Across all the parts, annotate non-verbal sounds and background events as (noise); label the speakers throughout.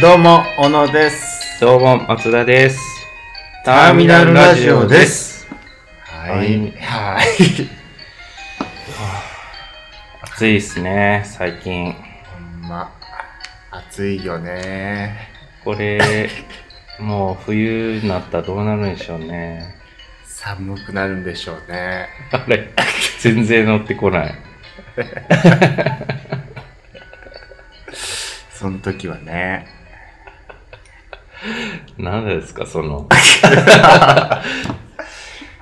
Speaker 1: どうも、小野です。
Speaker 2: どうも、松田です。
Speaker 1: ターミナルラジオです。は
Speaker 2: はい
Speaker 1: はい。
Speaker 2: 暑いですね、最近。
Speaker 1: ほんま、 (laughs) 暑いよね。
Speaker 2: こ
Speaker 1: (laughs)
Speaker 2: れ、もう冬になったらどうなるんでしょうね。
Speaker 1: 寒くなるんでしょうね。
Speaker 2: あれ、全然乗ってこない。
Speaker 1: その時はね。
Speaker 2: 何ですか、
Speaker 1: (laughs)
Speaker 2: その。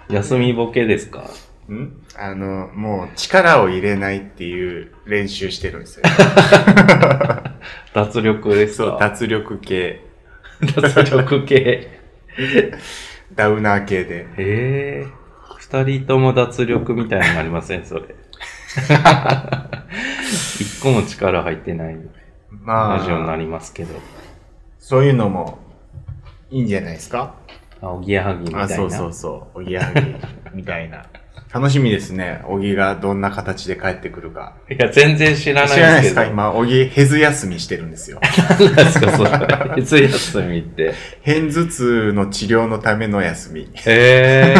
Speaker 2: 休みボケですか
Speaker 1: んあの、もう力を入れないっていう練習してるん (laughs) ですよ。
Speaker 2: 脱力です
Speaker 1: そう、
Speaker 2: か
Speaker 1: 脱力系、
Speaker 2: 脱力系。
Speaker 1: (laughs) ダウナー系で。
Speaker 2: ええ二人とも脱力みたいなのありません、そ
Speaker 1: (laughs)
Speaker 2: れ。一個も力入ってない
Speaker 1: ま
Speaker 2: ラジオにな
Speaker 1: あ、
Speaker 2: りますけど。
Speaker 1: そういうのもいいんじゃないですか
Speaker 2: あ、おぎやはぎみたいな。
Speaker 1: あ、そうそうそう。おぎやはぎみたいな。楽しみですね。おぎがどんな形で帰ってくるか。
Speaker 2: いや、全然知ら
Speaker 1: 知らな
Speaker 2: ないい
Speaker 1: で
Speaker 2: ですすけ
Speaker 1: か
Speaker 2: ど。
Speaker 1: 今、おぎへず休みしてるんです
Speaker 2: (laughs)
Speaker 1: よ。
Speaker 2: 何ですか、それ。いつ休
Speaker 1: (laughs)
Speaker 2: みって。
Speaker 1: 偏頭痛の治療のための休み。
Speaker 2: え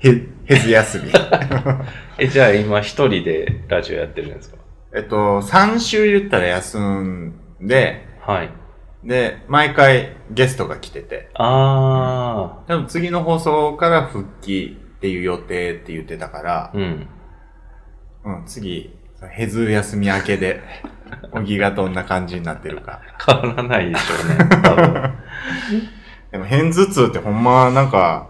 Speaker 1: へ、へず休
Speaker 2: (laughs)
Speaker 1: み。
Speaker 2: ー、え、じゃあ今一人でラジオやってるんですか
Speaker 1: えっと、3週言ったら休んで、
Speaker 2: はい。
Speaker 1: で、毎回ゲストが来てて、
Speaker 2: あ
Speaker 1: 多分次の放送から復帰っていう予定って言ってたから
Speaker 2: ー。、うん。
Speaker 1: うん、次、へず休み明けで、おぎがどんな感じになってるか。
Speaker 2: 変わらないでしょうね。多
Speaker 1: (laughs)
Speaker 2: 分。
Speaker 1: でも、偏頭痛ってほんま、なんか、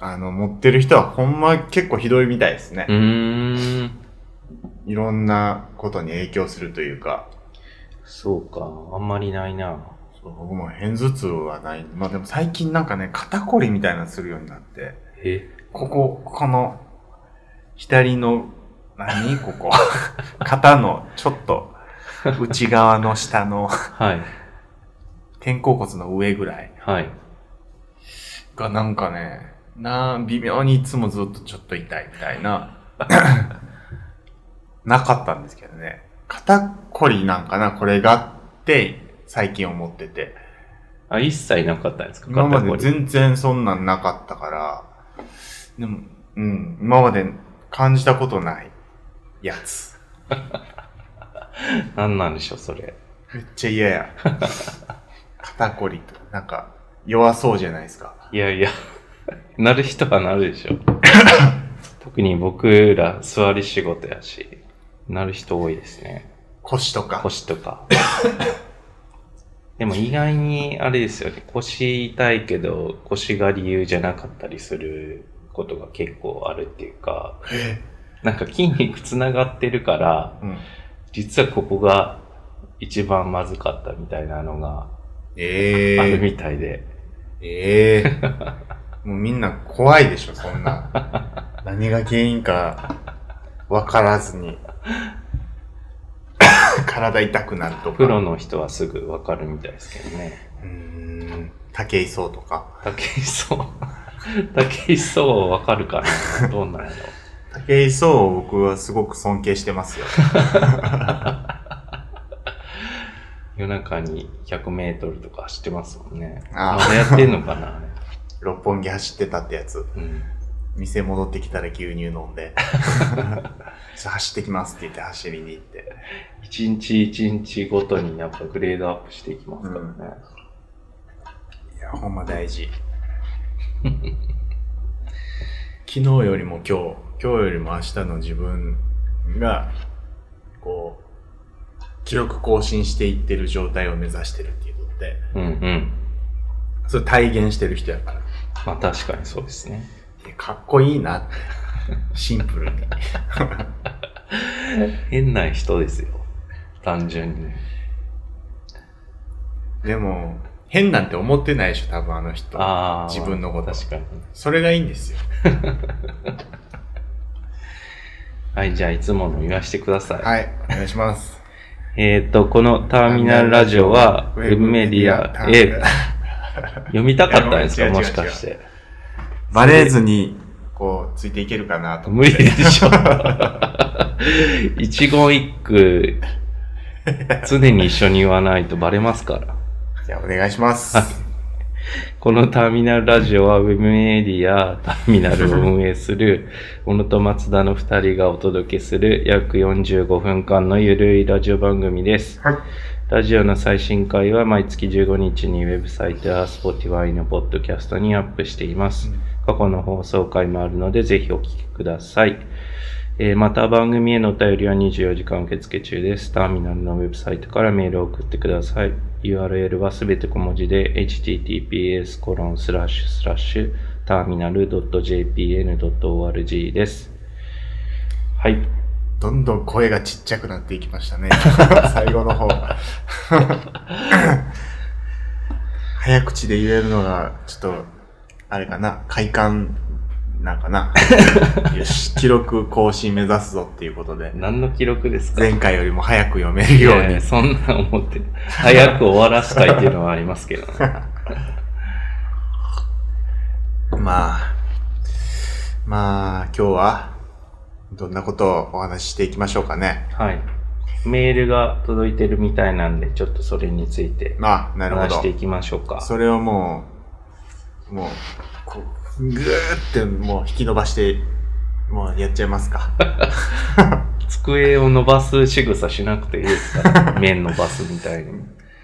Speaker 1: あの、持ってる人はほんま結構ひどいみたいですね。
Speaker 2: うーん。
Speaker 1: いろんなことに影響するというか、
Speaker 2: そうか。あんまりないな。
Speaker 1: そう僕も偏頭痛はない。まあでも最近なんかね、肩こりみたいなのするようになって、
Speaker 2: え
Speaker 1: ここ、この、左の、何こ (laughs) こ。肩の、ちょっと、内側の下の、
Speaker 2: はい。
Speaker 1: 肩甲骨の上ぐらい
Speaker 2: はい。
Speaker 1: がなんかね、なあ微妙にいつもずっとちょっと痛いみたいな、 (coughs) なかったんですけどね。肩こりなんかな、これがって、最近思ってて。
Speaker 2: あ、一切なかったんですか
Speaker 1: 今ま
Speaker 2: 肩こ
Speaker 1: で
Speaker 2: り
Speaker 1: 全然そんなんなかったから、でも、うん、今まで感じたことないやつ。
Speaker 2: 何なんでしょう、それ。
Speaker 1: めっちゃ嫌
Speaker 2: (laughs)
Speaker 1: や。肩こりと、なんか、弱そうじゃないですか。
Speaker 2: いやいや、 (laughs) なる人はなるでしょ。特に僕ら座り仕事やし、なる人多いですね。
Speaker 1: 腰とか。
Speaker 2: 腰とか。でも意外にあれですよね、腰痛いけど腰が理由じゃなかったりすることが結構あるっていうか、
Speaker 1: え
Speaker 2: なんか筋肉つながってるから、
Speaker 1: うん。
Speaker 2: 実はここが一番まずかったみたいなのが
Speaker 1: ええ
Speaker 2: あるみたいで。
Speaker 1: ええ
Speaker 2: (laughs)
Speaker 1: もうみんな怖いでしょ、そんな。何が原因か分からず
Speaker 2: (laughs)
Speaker 1: に。体痛くなるとか。
Speaker 2: プロの人はすぐわかるみたいですけどね。
Speaker 1: うーん。竹井壮とか。
Speaker 2: 竹井壮。 (laughs) 竹井壮わかるかなどうなんやろ
Speaker 1: 竹井壮を僕はすごく尊敬してますよ。 (laughs)
Speaker 2: 夜中に100メートルとか走ってますもんね。
Speaker 1: あー
Speaker 2: まだやってんのかなあれ
Speaker 1: 六本木走ってたってやつ。
Speaker 2: うん。
Speaker 1: 店戻ってきたら牛乳飲んで。ちょっと走ってきますって言って走りに行って。
Speaker 2: 一日一日ごとにやっぱグレードアップしていきますからね。
Speaker 1: いや、ほんま大事。昨日よりも今日、今日よりも明日の自分が、こう、記録更新していってる状態を目指してるっていうのって、
Speaker 2: うん、うん、
Speaker 1: それ体現してる人やから。
Speaker 2: まあ確かにそうですね。
Speaker 1: いやかっこいいなって。シンプルに。
Speaker 2: 変な人ですよ。単純に。
Speaker 1: でも、変なんて思ってないでしょ、多分あの人。
Speaker 2: ああ。
Speaker 1: 自分のこと
Speaker 2: 確かに。
Speaker 1: それがいいんですよ。
Speaker 2: はい、じゃあいつもの言わしてください。
Speaker 1: はい、お願いします。 (laughs)
Speaker 2: えっ、と、このターミナルラジオは、ウェブメディア、えー、読みたかったんです
Speaker 1: いや
Speaker 2: か
Speaker 1: 違う違う違う
Speaker 2: もしかして。
Speaker 1: バレずに、こう、ついていけるかなと思
Speaker 2: (laughs) 無
Speaker 1: って。
Speaker 2: 理でしょ。一言一句常に一緒に言わないとバレますから。
Speaker 1: じゃあお願いします。
Speaker 2: このターミナルラジオはウェブメディアターミナルを運営する小野と松田の2人がお届けする約45分間のゆるいラジオ番組です。
Speaker 1: はい
Speaker 2: ラジオの最新回は毎月15日にウェブサイトや Spotify のポッドキャストにアップしています。過去の放送回もあるのでぜひお聞きください。えーまた番組へのお便りは24時間受付中です。ターミナルのウェブサイトからメールを送ってください。URL はすべて小文字で https コロンスラッシュスラッシュターミナル .jpn.org です。はい。
Speaker 1: どんどん声がちっちゃくなっていきましたね。最後の方。 (laughs) 早口で言えるのが、ちょっと、あれかな、快感なんかな。よし、記録更新目指すぞっていうことで、
Speaker 2: 何の記録ですか
Speaker 1: 前回よりも早く読めるよう
Speaker 2: いやい
Speaker 1: に
Speaker 2: や。 (laughs) そんな思って、早く終わらしたいっていうのはありますけど、ね、
Speaker 1: まあ、まあ、今日は、どんなことをお話ししていきましょうかね。
Speaker 2: はい。メールが届いてるみたいなんで、ちょっとそれについて
Speaker 1: まあ、なるほ
Speaker 2: 話して
Speaker 1: ど
Speaker 2: い。きましょうか。
Speaker 1: それをもう、もう、こう、ぐーってもう引き伸ばして、もうやっちゃいます
Speaker 2: (laughs)
Speaker 1: か。
Speaker 2: 机を伸ばす仕草しなくていいですから、面伸ばすみたいに。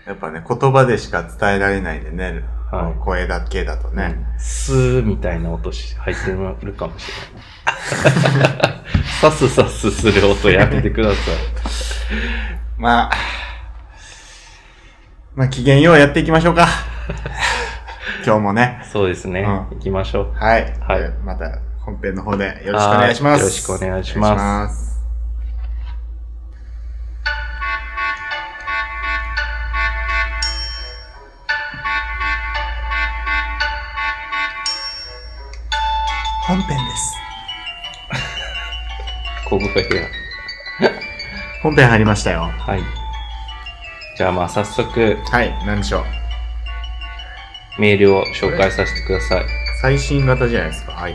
Speaker 1: やっぱね、言葉でしか伝えられないんでね、
Speaker 2: はい
Speaker 1: もう声だけだと (laughs) ね。
Speaker 2: スーみたいな音し入ってるかもしれない。 (laughs) サスサスする音やめてくださ
Speaker 1: (laughs) まあ、まあ、機嫌ようやっていきましょうか。
Speaker 2: (laughs)
Speaker 1: 今日もね。
Speaker 2: い。そうですね。
Speaker 1: うん
Speaker 2: 行きましょう。
Speaker 1: はい。
Speaker 2: はい
Speaker 1: じゃあまた本編の方でよろしくお願いしま
Speaker 2: は
Speaker 1: す。
Speaker 2: いよろしくお願いします
Speaker 1: お願いします。本編です。
Speaker 2: 小声が。
Speaker 1: 本編入りましたよ。
Speaker 2: はい。じゃあまあ早速
Speaker 1: はい、何でしょう。
Speaker 2: メールを紹介させてください。
Speaker 1: 最新型じゃないですか、iPhone。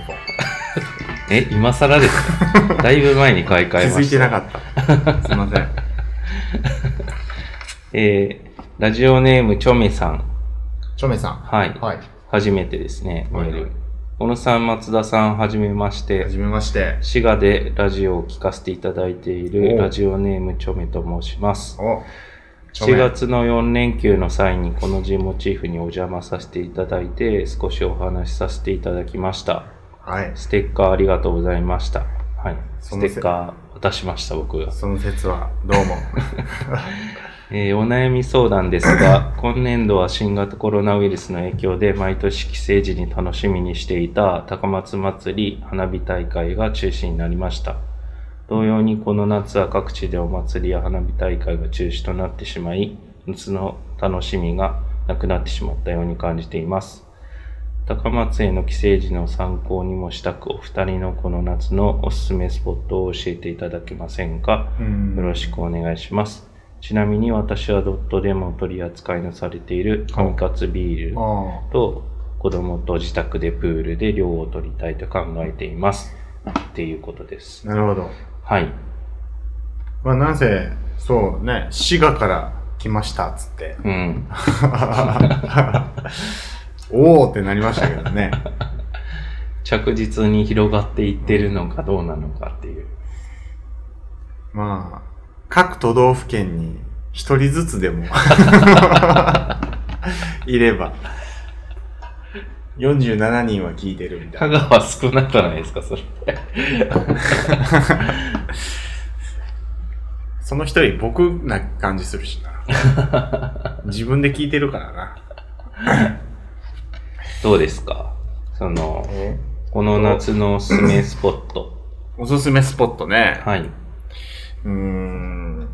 Speaker 2: え、今更です
Speaker 1: (laughs)
Speaker 2: かだいぶ前に買い替
Speaker 1: 気
Speaker 2: えました。
Speaker 1: づいてなかった。
Speaker 2: (laughs)
Speaker 1: すいません。
Speaker 2: えー、ラジオネームちょめさん。
Speaker 1: チョメさん。
Speaker 2: はい。
Speaker 1: はい。
Speaker 2: 初めてですね、メ
Speaker 1: はい
Speaker 2: ール。小野さん、松田さん、はじめまして
Speaker 1: は。じめまして。
Speaker 2: 滋賀でラジオを聞かせていただいてい
Speaker 1: お
Speaker 2: る
Speaker 1: う
Speaker 2: ラジオネームちょめと申します。
Speaker 1: お、チョメ
Speaker 2: 4月の4連休の際にこの字モチーフにお邪魔させていただいて少しお話しさせていただきました。
Speaker 1: はい。
Speaker 2: ステッカーありがとうございました。はい。
Speaker 1: そ
Speaker 2: ス
Speaker 1: のせ
Speaker 2: テッカー渡しました、僕が。
Speaker 1: その説は、どうも。
Speaker 2: えーお悩み相談ですが、今年度は新型コロナウイルスの影響で、毎年帰省時に楽しみにしていた高松祭り花火大会が中止になりました。同様にこの夏は各地でお祭りや花火大会が中止となってしまい、夏の楽しみがなくなってしまったように感じています。高松への帰省時の参考にもしたく、お二人のこの夏のおすすめスポットを教えていただけませんか
Speaker 1: うん
Speaker 2: よろしくお願いします。ちなみに私はドットでも取り扱いのされている管轄ビール
Speaker 1: あ
Speaker 2: と子供と自宅でプールで量を取りたいと考えています。っていうことです
Speaker 1: あ、。なるほど。
Speaker 2: はい。
Speaker 1: まあ、なんせ、そうね、滋賀から来ました、っつって。 (laughs)
Speaker 2: うん。
Speaker 1: おーってなりましたけどね。
Speaker 2: 着実に広がっていってるのかどうなのかっていう。
Speaker 1: まあ、各都道府県に一人ずつでも (laughs) いれば、47人は聞いてるみたい
Speaker 2: 香
Speaker 1: な。
Speaker 2: 川少なくないですか、それ。
Speaker 1: その一人僕な感じするしな。自分で聞いてるから (laughs) な。
Speaker 2: どうですかその、この夏のおすすめスポット。
Speaker 1: おすすめスポットね。
Speaker 2: はい。
Speaker 1: うーん。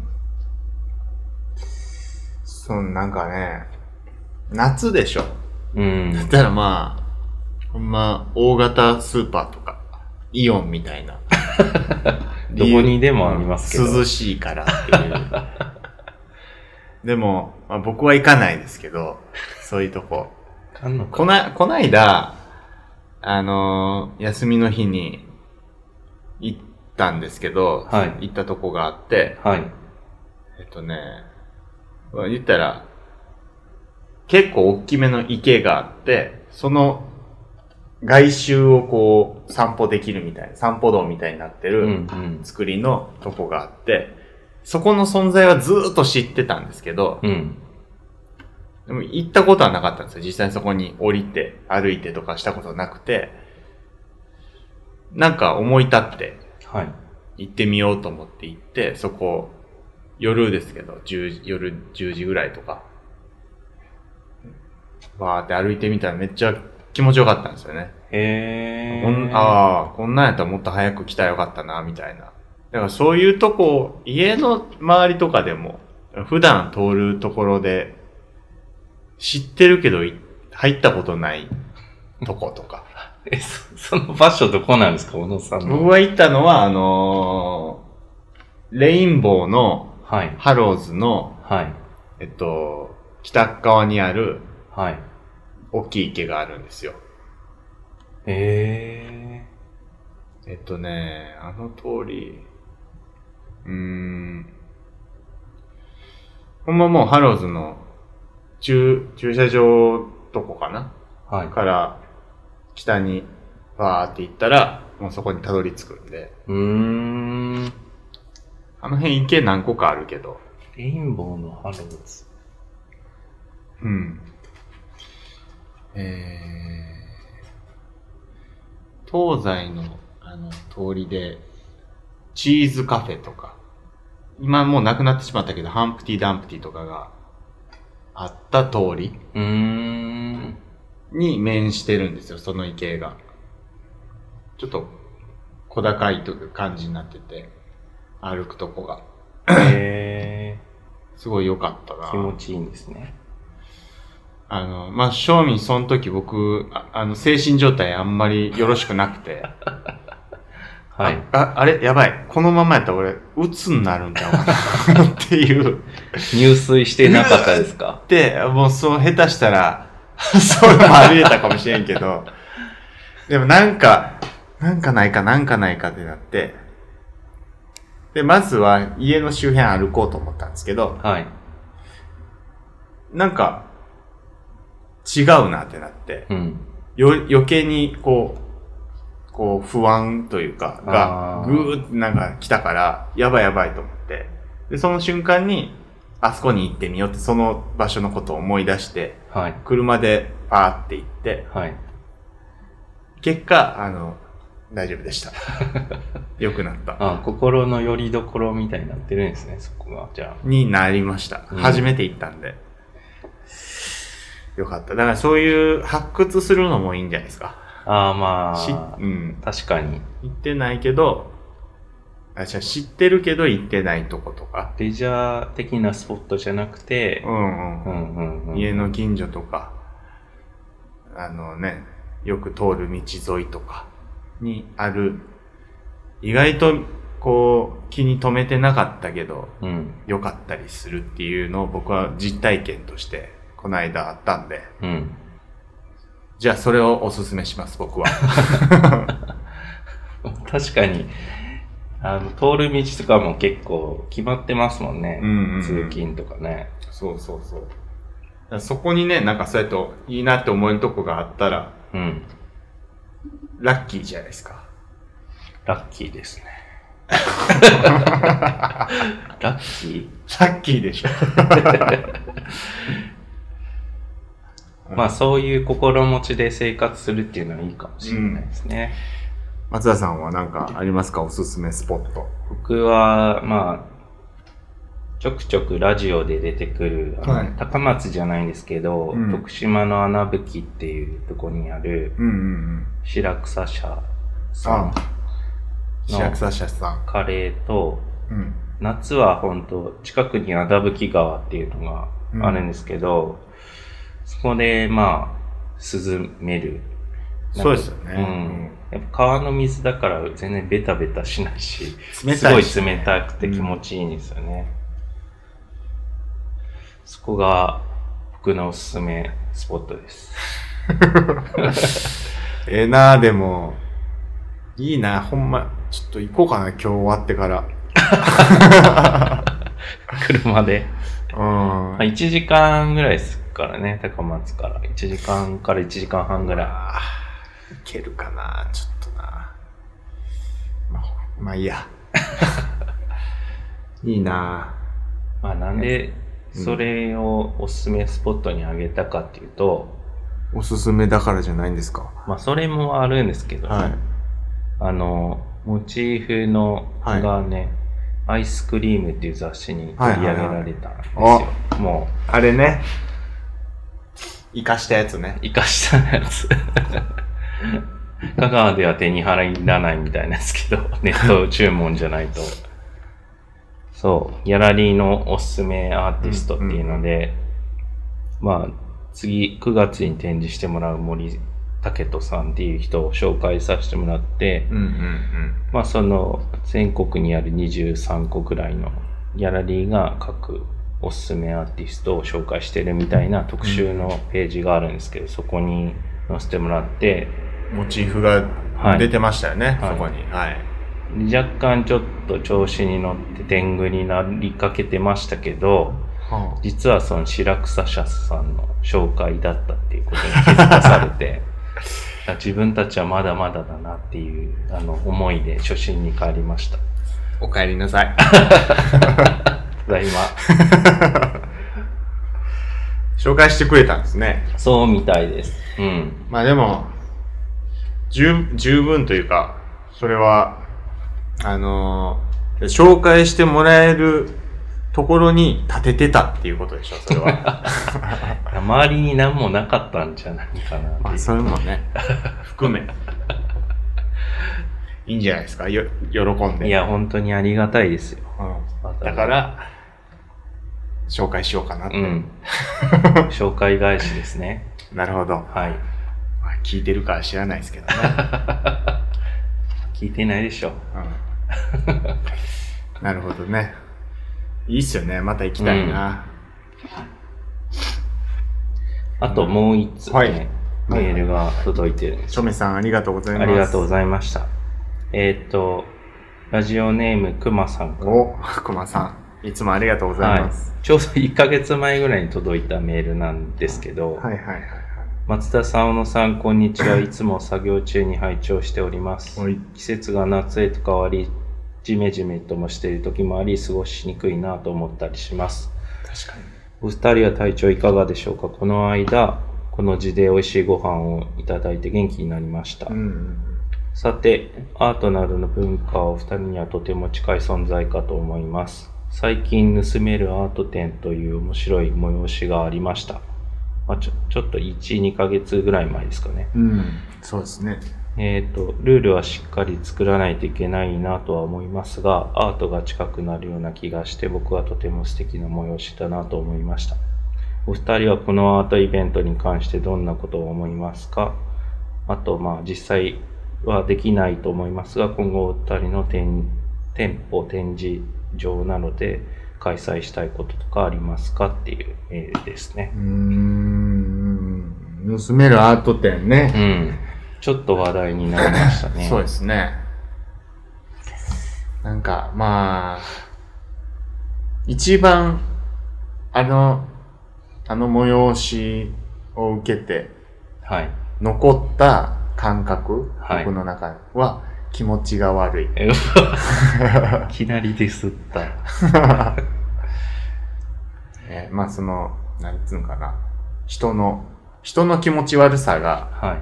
Speaker 1: そのなんかね、夏でしょ。
Speaker 2: うん
Speaker 1: だ。ったらまあ、ほんま、大型スーパーとか、イオンみたい (laughs) な。
Speaker 2: どこにでもありますけど。
Speaker 1: 涼しいからっていう。 (laughs) でも、まあ、僕は行かないですけど、そういうとこ。
Speaker 2: あんのか
Speaker 1: こな、こないだ、あのー休みの日に行ったんですけど、
Speaker 2: はい
Speaker 1: 行ったとこがあって、
Speaker 2: はい。
Speaker 1: えっとね、まあ言ったら、結構大きめの池があって、その外周をこう散歩できるみたいな、散歩道みたいになって
Speaker 2: うんう
Speaker 1: る
Speaker 2: ん。
Speaker 1: 作りのとこがあって、そこの存在はずーっと知ってたんですけど、
Speaker 2: うん。
Speaker 1: でも行ったことはなかったんですよ。実際にそこに降りて、歩いてとかしたことなくて、なんか思い立って、
Speaker 2: はい。
Speaker 1: 行ってみようと思って行って、そこ、夜ですけど、10夜10時ぐらいとか、わーって歩いてみたらめっちゃ気持ちよかったんですよね。
Speaker 2: へ
Speaker 1: こん
Speaker 2: ー。
Speaker 1: ああ、こんなんやったらもっと早く来たらよかったな、みたいな。だからそういうとこ、家の周りとかでも、普段通るところで、知ってるけどい入ったことないとことか。
Speaker 2: え、そ (laughs) その場所どこなんですか、小野さん
Speaker 1: 僕
Speaker 2: の。
Speaker 1: が行ったのは、あのーレインボーの
Speaker 2: はい。
Speaker 1: ハローズの、
Speaker 2: はい。
Speaker 1: えっと、北側にある
Speaker 2: はい。
Speaker 1: 大きい池があるんですよ。
Speaker 2: へ
Speaker 1: えっとね、あの通り、うーん、ほんまもうハローズの駐駐車場とこかな
Speaker 2: ー。はい。
Speaker 1: から北にバーって行ったら、もうそこにたどり着くんで、
Speaker 2: うーん。
Speaker 1: あの辺池何個かあるけど、
Speaker 2: レインボーのハローズ。
Speaker 1: うん。えー、東西のあの通りで、チーズカフェとか、今もうなくなってしまったけど、ハンプティ・ダンプティとかがあった通り
Speaker 2: うー
Speaker 1: (laughs)
Speaker 2: ん。
Speaker 1: に面してるんですよ、その池が。ちょっと小高いという感じになってて、歩くとこが。
Speaker 2: へ
Speaker 1: すごい良かったな。
Speaker 2: ー。気持ちいいんですね。
Speaker 1: あの、まあ、正味その時僕、ああの、精神状態あんまりよろしくなくて、
Speaker 2: (laughs) はい。
Speaker 1: あ、ああれ、やばい。このままやったら俺、鬱になるんちゃうか
Speaker 2: (laughs)
Speaker 1: なっていう。
Speaker 2: 入水してなかったです
Speaker 1: (laughs)
Speaker 2: か
Speaker 1: で、もうそう、下手したら、 (laughs) そういうのもあり得たかもしれんけど、でもなんか、なんかないか、なんかないかってなって、で、まずは家の周辺歩こうと思ったんですけど、
Speaker 2: はい。
Speaker 1: なんか、違うなってなって、
Speaker 2: うん。
Speaker 1: よ、余計にこう、こう不安というか、が
Speaker 2: あ、ー
Speaker 1: ぐーってなんか来たから、やばいやばいと思って。で、その瞬間に、あそこに行ってみようって、その場所のことを思い出して、
Speaker 2: はい。
Speaker 1: 車でパーって行って、
Speaker 2: はい。
Speaker 1: 結果、あの、大丈夫で
Speaker 2: (laughs)
Speaker 1: した。良くなった。
Speaker 2: あ、心の拠り所みたいになってるんですね、そこが。じゃ
Speaker 1: になりました。
Speaker 2: うん
Speaker 1: 初めて行ったんで。よかった。だからそういう発掘するのもいいんじゃないですか。
Speaker 2: あ。ああ、ま
Speaker 1: し
Speaker 2: あ
Speaker 1: う、ん。
Speaker 2: 確かに。
Speaker 1: 行ってないけど、あ、じゃあ知ってるけど行ってないとことか。
Speaker 2: レジャー的なスポットじゃなくて
Speaker 1: う、ん
Speaker 2: う
Speaker 1: うん。
Speaker 2: んうんうん。
Speaker 1: 家の近所とか、あのね、よく通る道沿いとかにある、意外とこう気に留めてなかったけど、
Speaker 2: うん。
Speaker 1: 良かったりするっていうのを僕は実体験として、この間あったんで、
Speaker 2: うん。 (laughs)
Speaker 1: じゃあそれをおすすめします、僕は。
Speaker 2: 確かに、あの、通る道とかも結構決まってますもん
Speaker 1: (laughs)
Speaker 2: ね。
Speaker 1: うんうん
Speaker 2: 通勤とかね。
Speaker 1: そうそうそう。だからそこにね、なんかそうやっていいなって思えるとこがあったら、
Speaker 2: うん。
Speaker 1: ラッキーじゃないですか。
Speaker 2: ラッキ
Speaker 1: (laughs)
Speaker 2: ーですね。ラッキ
Speaker 1: ラッキーでしょ。
Speaker 2: ーまあそういう心持ちで生活するっていうのはいいかもしれないですね。
Speaker 1: 松田さんは何かありますかおすすめスポット。
Speaker 2: 僕は、まあ、ちょくちょくラジオで出てくる、あの
Speaker 1: はい
Speaker 2: 高松じゃないんですけど、
Speaker 1: うん
Speaker 2: 徳島の穴吹っていうとこにある
Speaker 1: うんうん
Speaker 2: 白草社さん
Speaker 1: あ白草社さん。
Speaker 2: カレーと、
Speaker 1: うん。
Speaker 2: 夏は本当近くに穴吹川っていうのがあるんですけど、そこでまあ涼める
Speaker 1: そうですよ
Speaker 2: う
Speaker 1: ね。
Speaker 2: ん、やっぱ川の水だから全然ベタベタしないし
Speaker 1: 冷
Speaker 2: す
Speaker 1: た
Speaker 2: ご
Speaker 1: い
Speaker 2: い
Speaker 1: し
Speaker 2: 冷たくて気持ちいいんですよね、そこが僕のおすすめスポットです (laughs)
Speaker 1: ええなあでも、いいなほんま、ちょっと行こうかな、今日終わってから。
Speaker 2: 車で。
Speaker 1: うん。
Speaker 2: まあ、1時間ぐらいですからね、高松から。1時間から1時間半ぐら。
Speaker 1: あーいけるかなちょっとなまあ、ほまあいいや (laughs) いいない
Speaker 2: まあ、なんで、
Speaker 1: うん
Speaker 2: それをおすすめスポットにあげたかっていうと、
Speaker 1: おすすめだからじゃないんですか
Speaker 2: まあ、それもあるんですけど、
Speaker 1: はい
Speaker 2: あの、モチーフの、
Speaker 1: はい
Speaker 2: がね、アイスクリームっていう雑誌に取り上げられたんですよ。
Speaker 1: はいはい
Speaker 2: も
Speaker 1: あれね生かしたやつね
Speaker 2: う、生かしたやつ。香川では手に入らないみたいなんですけど、ネット注文じゃないと。そう、ギャラリーのおすすめアーティストっていうので、まあ、次9月に展示してもらう森武人さんっていう人を紹介させてもらって、
Speaker 1: うんうんうん
Speaker 2: まあその全国にある23個くらいのギャラリーが各おすすめアーティストを紹介してるみたいな特集のページがあるんですけど、そこに載せてもらって、
Speaker 1: モチーフが
Speaker 2: はい
Speaker 1: 出てましたよね、
Speaker 2: はい
Speaker 1: そこにはい
Speaker 2: 若干ちょっと調子に乗って天狗になりかけてましたけど、実はその白草社さんの紹介だったっていうことに気づかされて、 (laughs) 自分たちはまだまだだなっていうあの思いで初心に帰りました。
Speaker 1: おかえりなさい
Speaker 2: ただいま。
Speaker 1: 紹介してくれたんですね
Speaker 2: そうみたいです。うん。
Speaker 1: まあでも、十、十分というか、それは、あのー紹介してもらえるところに立ててたっていうことでしょ、それは。
Speaker 2: 周りに何もなかったんじゃないかなっていう
Speaker 1: まあそういうのもね、含め。いいんじゃないですか、よ、喜んで。
Speaker 2: いや、本当にありがたいですよ。
Speaker 1: うんだから、紹介しようかなって。 (laughs)
Speaker 2: うん。紹介返しですね。
Speaker 1: なるほど。
Speaker 2: はい。
Speaker 1: まあ聞いてるかは知らないですけど
Speaker 2: (laughs)
Speaker 1: ね。
Speaker 2: 聞いてないでしょ。
Speaker 1: うんなるほどね。いいっすよね。また行きたいな。
Speaker 2: あともう一つ、ね
Speaker 1: はい
Speaker 2: メールが届いてるんです。
Speaker 1: 署名さんありがとうございます。
Speaker 2: ありがとうございました。えーっ、と、ラジオネームくまさんから。
Speaker 1: お、白馬さん。いつもありがとうございます。
Speaker 2: ちょうど1ヶ月前ぐらいに届いたメールなんですけど、
Speaker 1: はいはいはい
Speaker 2: 松田さん、小野さん、こんにちは。いつも作業中に拝聴しております。
Speaker 1: はい。
Speaker 2: 季節が夏へと変わりジメジメともしている時もあり過ごしにくいなと思ったりします
Speaker 1: 確かに。
Speaker 2: お二人は体調いかがでしょうかこの間この字で美味しいご飯をいただいて元気になりました、
Speaker 1: うんうん
Speaker 2: さてアートなどの文化はお二人にはとても近い存在かと思います最近盗めるアート展という面白い催しがありました、まあ、ちょちょっと12ヶ月ぐらい前ですかね
Speaker 1: うん。うん。そうですね。
Speaker 2: えー、とルールはしっかり作らないといけないなとは思いますがアートが近くなるような気がして僕はとても素敵な催しだなと思いましたお二人はこのアートイベントに関してどんなことを思いますかあとまあ実際はできないと思いますが今後お二人の展店舗展示場などで開催したいこととかありますかっていうメールですね
Speaker 1: うーん。盗めるアート展
Speaker 2: う
Speaker 1: ね。
Speaker 2: んちょっと話題になりましたね (laughs)
Speaker 1: そうですね。なんか、まあ、一番、あの、あの催しを受けて、
Speaker 2: はい
Speaker 1: 残った感覚、
Speaker 2: はい
Speaker 1: 僕の中は気持ちが悪い。
Speaker 2: えうわ (laughs) いきなりディスった。
Speaker 1: えーまあその、なんつうのかな。人の、人の気持ち悪さが
Speaker 2: はい。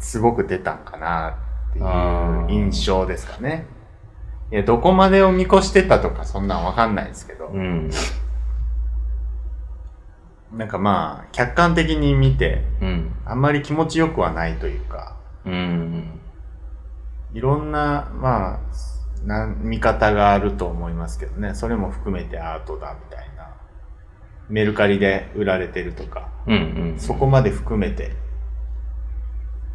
Speaker 1: すごく出たんかなって
Speaker 2: あー
Speaker 1: いう印象ですかね。いや、どこまでを見越してたとかそんなんわかんないですけど、
Speaker 2: うん。
Speaker 1: なんかまあ、客観的に見て、
Speaker 2: うん。
Speaker 1: あんまり気持ちよくはないというか、
Speaker 2: うん。
Speaker 1: いろんな、まあ、なん見方があると思いますけどね。それも含めてアートだみたいな。メルカリで売られてるとか、
Speaker 2: うん。うん。
Speaker 1: そこまで含めて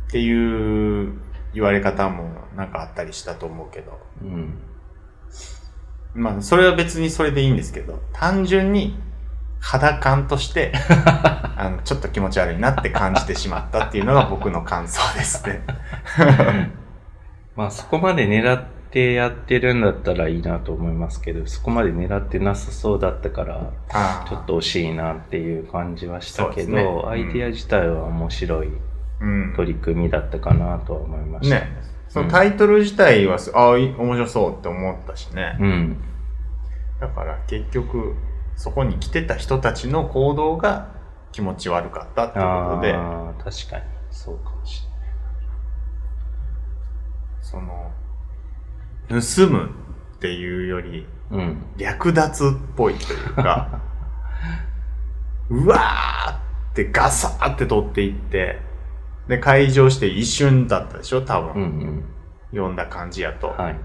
Speaker 1: っていう言われ方もなんかあったりしたと思うけど。
Speaker 2: うん。
Speaker 1: まあ、それは別にそれでいいんですけど、単純に肌感と
Speaker 2: (laughs)
Speaker 1: して、あの、ちょっと気持ち悪いなって感じてしま
Speaker 2: (laughs)
Speaker 1: ったっていうのが僕の感想ですね。
Speaker 2: まあ、そこまで狙っってやってるんだったらいいなと思いますけど、そこまで狙ってなさそうだったから、
Speaker 1: ああ
Speaker 2: ちょっと惜しいなっていう感じはしたけど、
Speaker 1: そうですねうん
Speaker 2: アイディア自体は面白い
Speaker 1: うん
Speaker 2: 取り組みだったかなとは思いました。
Speaker 1: ね。そのタイトル自体はす、ああ、い面白そうって思ったしね。
Speaker 2: うん。
Speaker 1: だから結局、そこに来てた人たちの行動が気持ち悪かったってことで、
Speaker 2: ああ、確かに。そうかもし
Speaker 1: その、盗むっていうより、
Speaker 2: れない。うん。
Speaker 1: 略奪っぽいというか、 (laughs) うわーってガサーって取っていって、で、開場して一瞬だったでしょ多
Speaker 2: う
Speaker 1: 分、
Speaker 2: ん
Speaker 1: 読んだ感じやと。
Speaker 2: うん。はい。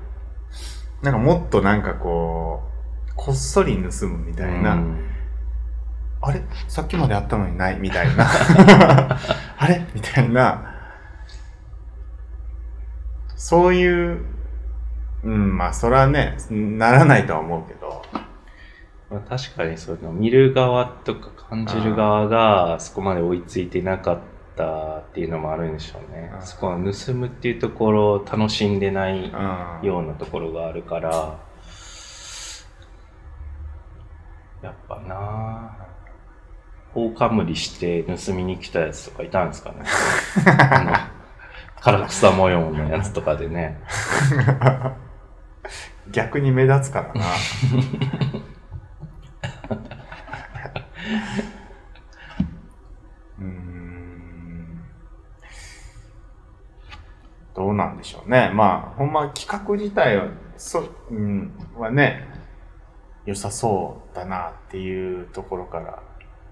Speaker 1: なんかもっとなんかこう、こっそり盗むみたいな、
Speaker 2: うん
Speaker 1: あれさっきまであったのにないみたいな。
Speaker 2: (laughs)
Speaker 1: あれみたいな。そういう、うん、まあそれはね、ならないとは思うけど。
Speaker 2: まあ、確かにその見る側とか感じる側がそこまで追いついてなかったっていうのもあるんでしょうね
Speaker 1: あ。ー
Speaker 2: そこは盗むっていうところを楽しんでない
Speaker 1: うん。
Speaker 2: ようなところがあるから、やっぱなあ放火無理して盗みに来たやつとかいたんですかね。あの、唐草模様のやつとかでね。
Speaker 1: 逆に目立つからな。うーんどうなんでしょうね。まあ、ほんま企画自体は、そ、うん、はね、良さそうだなっていうところから、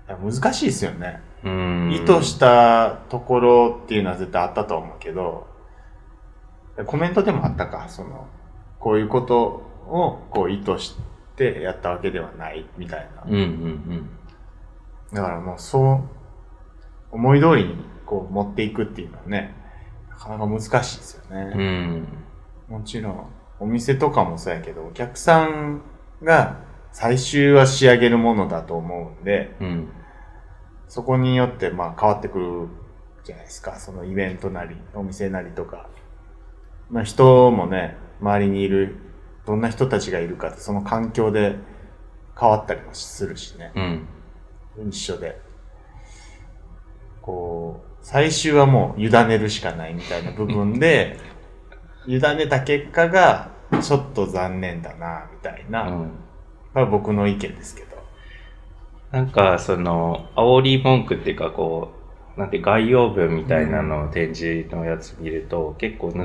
Speaker 1: いや難しいですよね。
Speaker 2: うん。
Speaker 1: 意図したところっていうのは絶対あったと思うけど、コメントでもあったか、その、こういうことをこう意図してやったわけではないみたいな。
Speaker 2: うんうん
Speaker 1: だからもうそう、思い通りにこう持っていくっていうのはね、なかなか難しいですよ
Speaker 2: うん。う
Speaker 1: ね。
Speaker 2: ん。
Speaker 1: もちろん、お店とかもそうやけど、お客さんが最終は仕上げるものだと思うんで、
Speaker 2: うん。
Speaker 1: そこによってまあ変わってくるじゃないですか。そのイベントなり、お店なりとか。まあ人もね、周りにいる、どんな人たちがいるかって、その環境で変わったりもするしね。
Speaker 2: うん。
Speaker 1: 一緒で。こう、最終はもう委ねるしかないみたいな部分 (laughs) で、委ねた結果が、ちょっと残念だな、みたいうな。
Speaker 2: ん
Speaker 1: まあ僕の意見ですけど。
Speaker 2: なんか、その、煽り文句っていうか、こう、なんて概要文みたいなのを展示のやつ見ると、結構盗、盗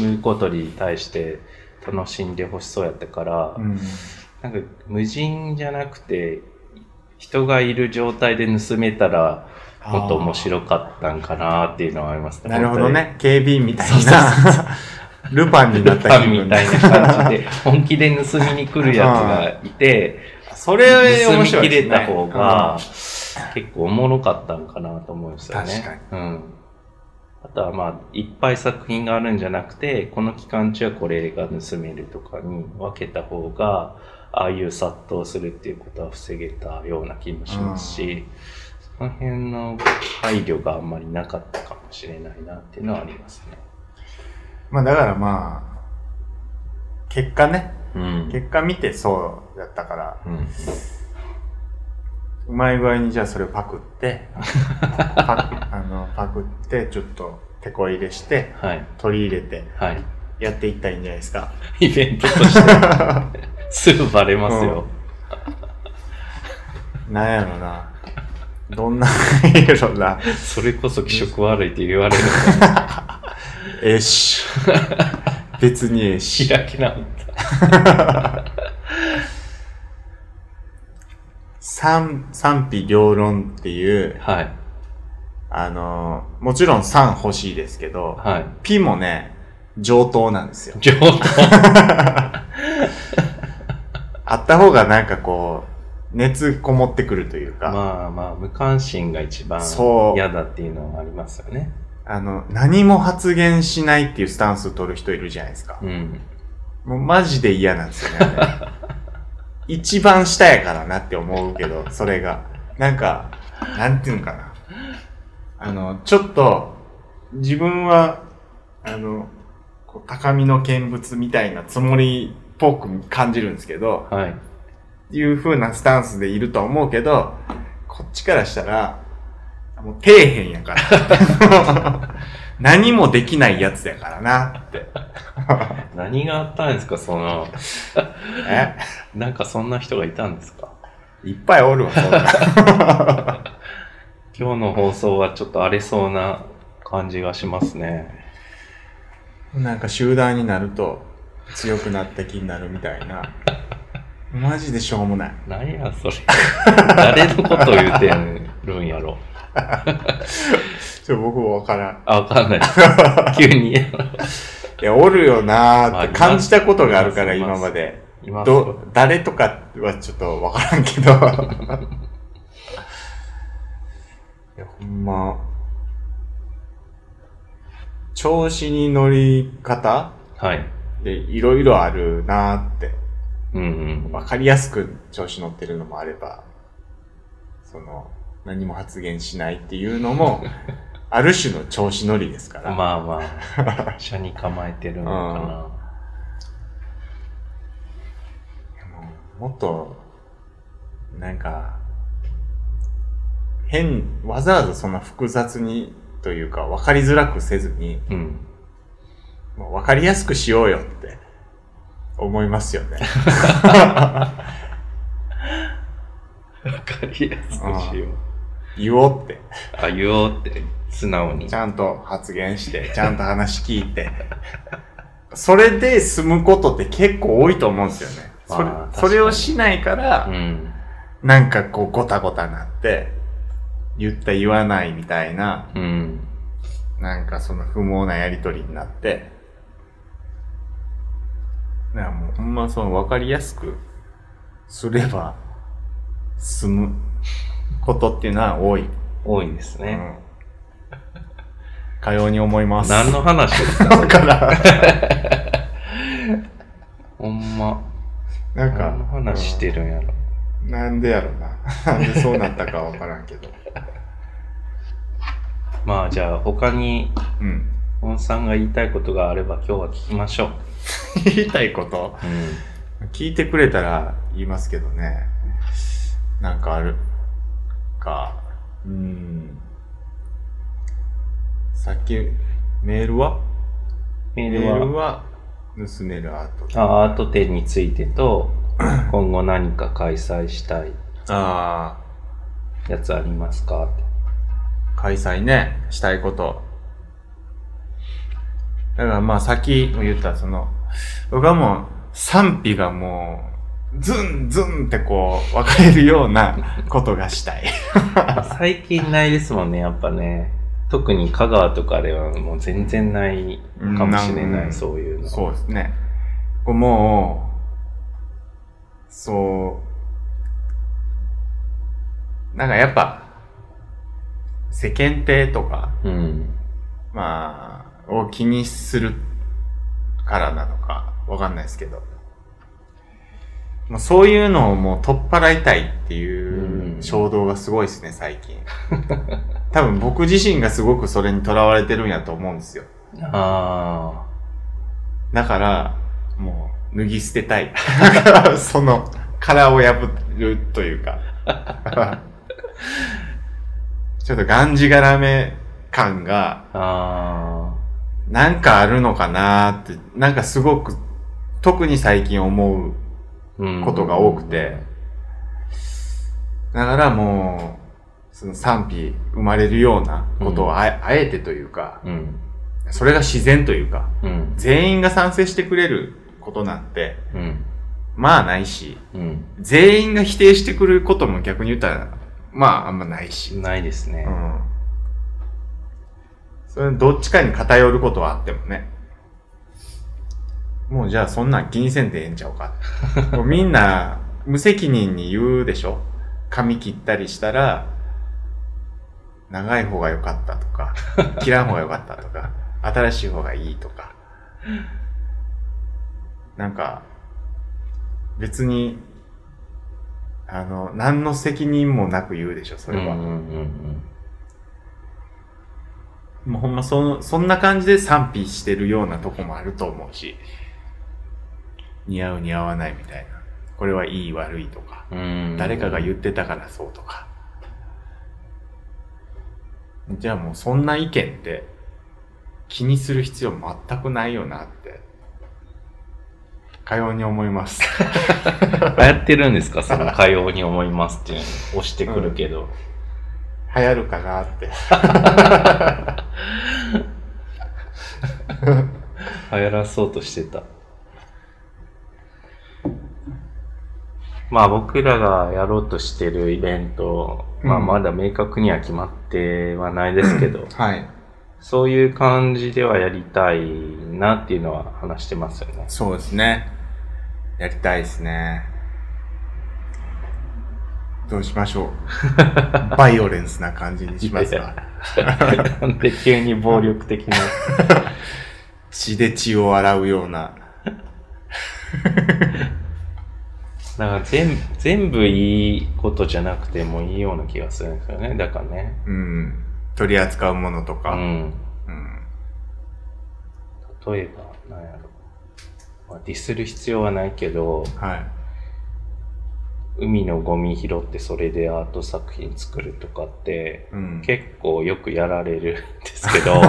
Speaker 2: むことに対して楽しんでほしそうやったから、
Speaker 1: うん。
Speaker 2: なんか無人じゃなくて、人がいる状態で盗めたら、もっと面白かったんかなっていうのはあります
Speaker 1: なるほど。ね。警備員みたい
Speaker 2: そうそう
Speaker 1: な。ルパンにな
Speaker 2: ル
Speaker 1: っ
Speaker 2: パ
Speaker 1: た気
Speaker 2: ン
Speaker 1: 分
Speaker 2: みたいな感 (laughs) じで、本気で盗みに来るやつがいて、
Speaker 1: それ
Speaker 2: 盗
Speaker 1: 面
Speaker 2: み
Speaker 1: 白
Speaker 2: 切
Speaker 1: いですね。
Speaker 2: れた方が、結構おもろかったんかなと思うんですよね。
Speaker 1: 確
Speaker 2: かに。うん。あとはまあ、いっぱい作品があるんじゃなくて、この期間中はこれが盗めるとかに分けた方が、ああいう殺到するっていうことは防げたような気もしますし、その辺の配慮があんまりなかったかもしれないなっていうのはあります
Speaker 1: う
Speaker 2: ね。
Speaker 1: んまあだからまあ、結果ね。
Speaker 2: うん。
Speaker 1: 結果見てそうだったから、
Speaker 2: うん。
Speaker 1: うまい具合にじゃあそれをパク (laughs) って、パクあのパクって、ちょっと手こ入れして、
Speaker 2: はい。
Speaker 1: 取り入れて、
Speaker 2: はい。
Speaker 1: やっていったらいいんじゃないですか。
Speaker 2: イベントとして、すぐバレますよ。
Speaker 1: なんやろな。どんなんやろな。
Speaker 2: それこそ気色悪いって言われる
Speaker 1: ええし。別にええ (laughs) し。
Speaker 2: 開き直った。
Speaker 1: 賛賛否両論っていう、
Speaker 2: はい。
Speaker 1: あのーもちろん賛欲しいですけど、
Speaker 2: はい。
Speaker 1: ピもね、上等なんですよ。
Speaker 2: 上等。
Speaker 1: (laughs) あった方がなんかこう、熱こもってくるというか、
Speaker 2: まあまあ、無関心が一番
Speaker 1: そう
Speaker 2: 嫌だっていうのはありますよね。
Speaker 1: あの、何も発言しないっていうスタンスを取る人いるじゃないですか
Speaker 2: う。ん。
Speaker 1: もうマジで嫌なんですよね。あれ一番下やからなって思うけど、それが。なんか、なんていうのかな。あの、ちょっと、自分は、あの、こう高みの見物みたいなつもりっぽく感じるんですけど、
Speaker 2: はい。
Speaker 1: いう風なスタンスでいるとは思うけど、こっちからしたら、もう底辺やから。 (laughs) 何もできないやつやからなって。
Speaker 2: 何があったんですか、その、
Speaker 1: え
Speaker 2: なんかそんな人がいたんですか
Speaker 1: いっぱいおるわ、そんな
Speaker 2: 今日の放送はちょっと荒れそうな感じがしますね。
Speaker 1: なんか集団になると強くなった気になるみたいな。マジでしょうもない。
Speaker 2: 何や
Speaker 1: (laughs)
Speaker 2: それ。誰のこと言うてるんやろ。
Speaker 1: ちょ、僕もわからん。
Speaker 2: あ、わかんないです。
Speaker 1: (laughs)
Speaker 2: 急に。
Speaker 1: いや、おるよなーって
Speaker 2: まあ
Speaker 1: 感じたことがあるから、
Speaker 2: います
Speaker 1: 今まで。
Speaker 2: います
Speaker 1: ど、誰とかはちょっとわからんけど。いや、ほんま、調子に乗り方
Speaker 2: はい。
Speaker 1: でいろいろあるなーって。
Speaker 2: うんうん。
Speaker 1: わかりやすく調子乗ってるのもあれば、その、何も発言しないっていうのも、ある種の調子乗りですから。
Speaker 2: まあま (laughs) あ、車に構えてるのか
Speaker 1: もっと、なんか、変、わざわざそんな複雑にというか、わかりづらくせずに、
Speaker 2: な。うん。
Speaker 1: もうわかりやすくしようよって、思いますよね。
Speaker 2: わかりやすくしよう。
Speaker 1: 言おうって。
Speaker 2: あ、言おうって、素直に
Speaker 1: ち。ゃんと発言して、ちゃんと話聞いて。それで済むことって結構多いと思うんですよね。それ
Speaker 2: まあ
Speaker 1: それをしないから、
Speaker 2: うん。
Speaker 1: なんかこうごたごたなって、言った言わないみたいな、
Speaker 2: うん。
Speaker 1: なんかその不毛なやりとりになって、だからもうほんまその分かりやすくすれば済むことっていうのは多い。
Speaker 2: 多いです
Speaker 1: う
Speaker 2: ね。
Speaker 1: ん。かように思います。
Speaker 2: 何の (laughs) 話ですか
Speaker 1: だ (laughs) から、
Speaker 2: ほんま。
Speaker 1: なんか、
Speaker 2: 何の話してるんやろ。
Speaker 1: うんなんでやろな。 (laughs) なんでそうなったかわからんけど。
Speaker 2: まあじゃあ他に、
Speaker 1: うん。
Speaker 2: 本さんが言いたいことがあれば今日は聞きましょう。
Speaker 1: (laughs) 言いたいこと
Speaker 2: う
Speaker 1: 聞いてくれたら言いますけどね。なんかあるか。うん。さっき、メールは
Speaker 2: ん。メ
Speaker 1: メ
Speaker 2: ールは、
Speaker 1: ールは盗めるアート。
Speaker 2: あアート展についてと、今後何か開催したい
Speaker 1: あ
Speaker 2: やつありますかって
Speaker 1: あ、開催ね。したいこと。だからまあさっきも言ったその、僕はもう賛否がもう、ズンズンってこう分かれるようなことがしたい。 (laughs)
Speaker 2: 最近ないですもんね、やっぱね。特に香川とかではもう全然ないかもしれ
Speaker 1: う
Speaker 2: なんい、そういうの。
Speaker 1: そうですね。こうもう、そう、なんかやっぱ、世間体とか、
Speaker 2: うん。
Speaker 1: まあ、を気にするからなのか、わかんないですけど、まあ、そういうのをもう取っ払いたいっていう
Speaker 2: うん
Speaker 1: 衝動がすごいですね、最近。多分僕自身がすごくそれにとらわれてるんやと思うんですよ。
Speaker 2: あ
Speaker 1: だから、もう、脱ぎ捨てたい。 (laughs) その、殻を破るというか。 (laughs) ちょっとがんじがらめ感が、
Speaker 2: あ。あ
Speaker 1: なんかあるのかなーって、なんかすごく、特に最近思う。
Speaker 2: あ。うん
Speaker 1: ことが多くて。だからもう、その賛否生まれるようなことをあ,、あえてというか、
Speaker 2: うん。
Speaker 1: それが自然というか、
Speaker 2: うん。
Speaker 1: 全員が賛成してくれることなんて、
Speaker 2: うん。
Speaker 1: まあないし、
Speaker 2: うん。
Speaker 1: 全員が否定してくることも逆に言ったら、まああんまないし。
Speaker 2: ないですね
Speaker 1: う。ん。それどっちかに偏ることはあってもね。もうじゃあそんなん気にせんでええんちゃうか。もうみんな無責任に言うでしょ髪切ったりしたら、長い方が良かったとか、切らん方が良かったとか、新しい方がいいとか。なんか、別に、あの、何の責任もなく言うでしょ、それは。
Speaker 2: うんうんうんうん。
Speaker 1: もうほんまそ、そんな感じで賛否してるようなとこもあると思うし、似合う似合わないみたいな。これはいい悪いとか、
Speaker 2: うん
Speaker 1: 誰かが
Speaker 2: (laughs)
Speaker 1: 言ってたからそうとか。じゃあもうそんな意見って気にする必要全くないよなって、かように思います。 (laughs)
Speaker 2: やってるんですかそのかように思いますっていうの押してくるけど、
Speaker 1: 流行るかなって。
Speaker 2: 流行らそうとしてたまあ僕らがやろうとしてるイベント、まあ
Speaker 1: うん
Speaker 2: まだ明確には決まってはないですけど、
Speaker 1: はい。
Speaker 2: そういう感じではやりたいなっていうのは話してますよ
Speaker 1: (laughs)
Speaker 2: ね。
Speaker 1: そうですね。やりたいですね。どうしましょ
Speaker 2: (laughs)
Speaker 1: う。バイオレンスな感じにします
Speaker 2: いや
Speaker 1: か。
Speaker 2: なんで急に暴力的な。
Speaker 1: 血で血を洗うような。
Speaker 2: だから全全部いいことじゃなくてもいいような気がするんですよね。だからね。
Speaker 1: うん。取り扱うものと
Speaker 2: う
Speaker 1: か。
Speaker 2: ん。
Speaker 1: うん。
Speaker 2: 例えば、なんやろ。まあ、ディスる必要はないけど、
Speaker 1: はい。
Speaker 2: 海のゴミ拾ってそれでアート作品作るとかって、
Speaker 1: うん。
Speaker 2: 結構よくやられるんですけ
Speaker 1: (laughs)
Speaker 2: ど、
Speaker 1: うん。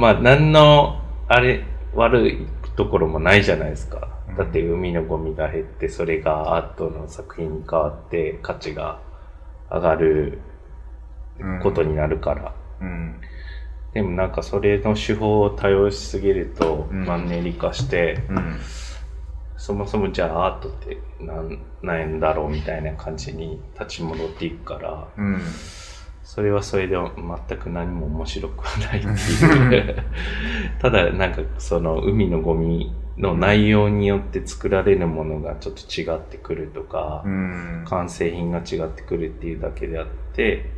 Speaker 2: まあ、何の、あれ、悪いところもないじゃないですか。だって海のゴミが減って、それがアートの作品に変わって価値が上がることになるから。
Speaker 1: うん。
Speaker 2: でもなんかそれの手法を多用しすぎると
Speaker 1: うん
Speaker 2: マンネリ化して、
Speaker 1: うん。
Speaker 2: そもそもじゃあアートってなんなんだろうみたいな感じに立ち戻っていくから、
Speaker 1: うん。
Speaker 2: それはそれで全く何も面白くはないっていうただなんかその海のゴミの内容によって作られるものがちょっと違ってくるとか
Speaker 1: う、ん。
Speaker 2: 完成品が違ってくるっていうだけであって、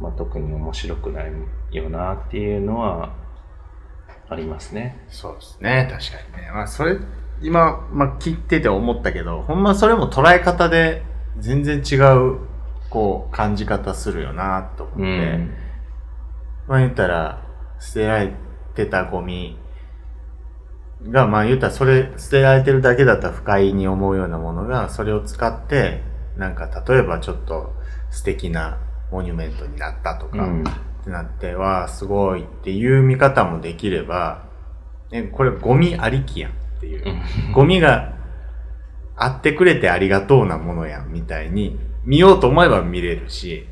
Speaker 2: まあ、特に面白くないよなっていうのはありますね。
Speaker 1: そうですね。確かにね。まあ、それ、今、まあ、聞いてて思ったけど、ほんまそれも捉え方で全然違う、こう、感じ方するよな、と思って。
Speaker 2: うん。
Speaker 1: まあ言ったら、捨てられてたゴミが、まあ言ったらそれ、捨てられてるだけだったら不快に思うようなものが、それを使って、なんか例えばちょっと素敵なモニュメントになったと
Speaker 2: う
Speaker 1: か、
Speaker 2: ん。
Speaker 1: ってなっては、すごいっていう見方もできれば、ね、これゴミありきやんっていう。ゴミがあってくれてありがとうなものやんみたいに見ようと思えば見れるし、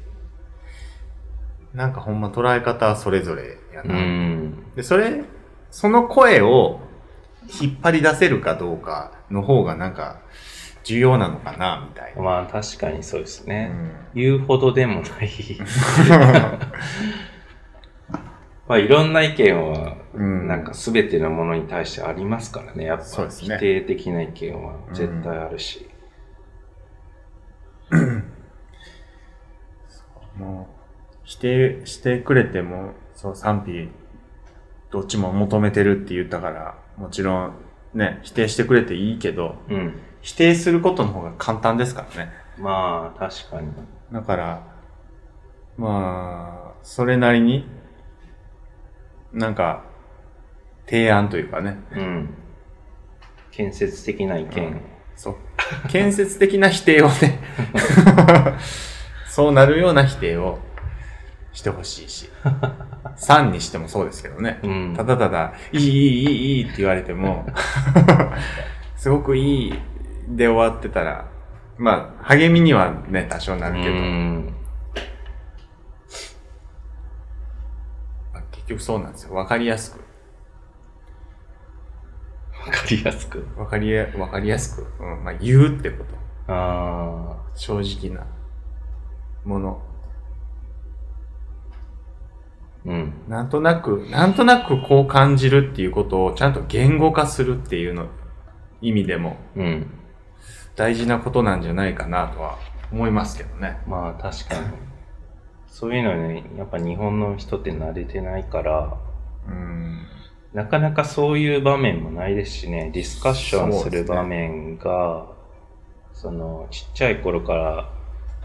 Speaker 1: なんかほんま捉え方はそれぞれや
Speaker 2: う
Speaker 1: な。
Speaker 2: ん。
Speaker 1: で、それ、その声を引っ張り出せるかどうかの方がなんか重要なのかなみたいな。
Speaker 2: まあ確かにそうです
Speaker 1: う
Speaker 2: ね。
Speaker 1: ん
Speaker 2: 言うほどでもない。 (laughs) まあいろんな意見は、
Speaker 1: うん
Speaker 2: なんか全てのものに対してありますからね。やっ
Speaker 1: そう
Speaker 2: ぱ
Speaker 1: です
Speaker 2: 否
Speaker 1: ね
Speaker 2: 定的な意見は絶対あるし。
Speaker 1: もう、否定してくれても、そう、賛否、どっちも求めてるって言ったから、もちろん、ね、否定してくれていいけど、
Speaker 2: うん。
Speaker 1: 否定することの方が簡単ですからね。
Speaker 2: まあ確かに。
Speaker 1: だから、まあ、それなりに、なんか、提案というかね、
Speaker 2: うん。建設的な意見。
Speaker 1: そう。建設的な否定をね、そうなるような否定をしてほしいし、3にしてもそうですけどね。
Speaker 2: うん。
Speaker 1: ただただ、いい、いい、いい、いいって言われて
Speaker 2: (laughs)
Speaker 1: も、すごくいいで終わってたら、まあ、励みにはね、多少な
Speaker 2: う
Speaker 1: るけど、
Speaker 2: ん。
Speaker 1: まあ結局そうなんですよ。わかりやすく。
Speaker 2: わかりやすく。
Speaker 1: わかりや、わかりやすく。うん、まあ、言うってこと。
Speaker 2: ああ。
Speaker 1: 正直なもの。
Speaker 2: うん。
Speaker 1: なんとなく、なんとなくこう感じるっていうことをちゃんと言語化するっていうの、意味でも
Speaker 2: うん。
Speaker 1: 大事なことなんじゃないかなとは思いますけどね。
Speaker 2: まあ確かに。そういうのね、やっぱ日本の人って慣れてないから、
Speaker 1: うん。
Speaker 2: なかなかそういう場面もないですしね、ディスカッション
Speaker 1: そう
Speaker 2: す
Speaker 1: ですね
Speaker 2: る場面が、その、ちっちゃい頃から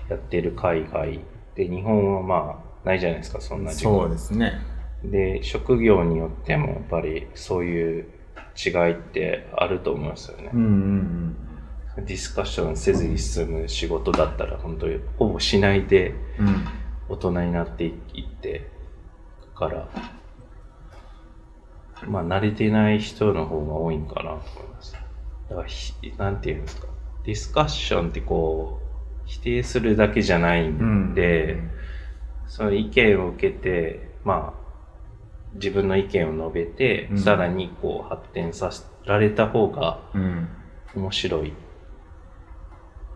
Speaker 2: やってる海外で、日本はまあ、ないじゃないですか、そんな時間。
Speaker 1: そうですね。
Speaker 2: で、職業によってもやっぱりそういう違いってあると思いますよね
Speaker 1: う。んうん
Speaker 2: ディスカッションせずに進む仕事だったら本当にほぼしないで
Speaker 1: うん。うん。
Speaker 2: 大人になっていってから、まあ慣れてない人の方が多いんかなと思います。だからひ、なんていうんですか。ディスカッションってこう、否定するだけじゃないんで、その意見を受けて、まあ、自分の意見を述べて、
Speaker 1: うん
Speaker 2: さらにこう発展させられた方が
Speaker 1: うん。
Speaker 2: 面白い。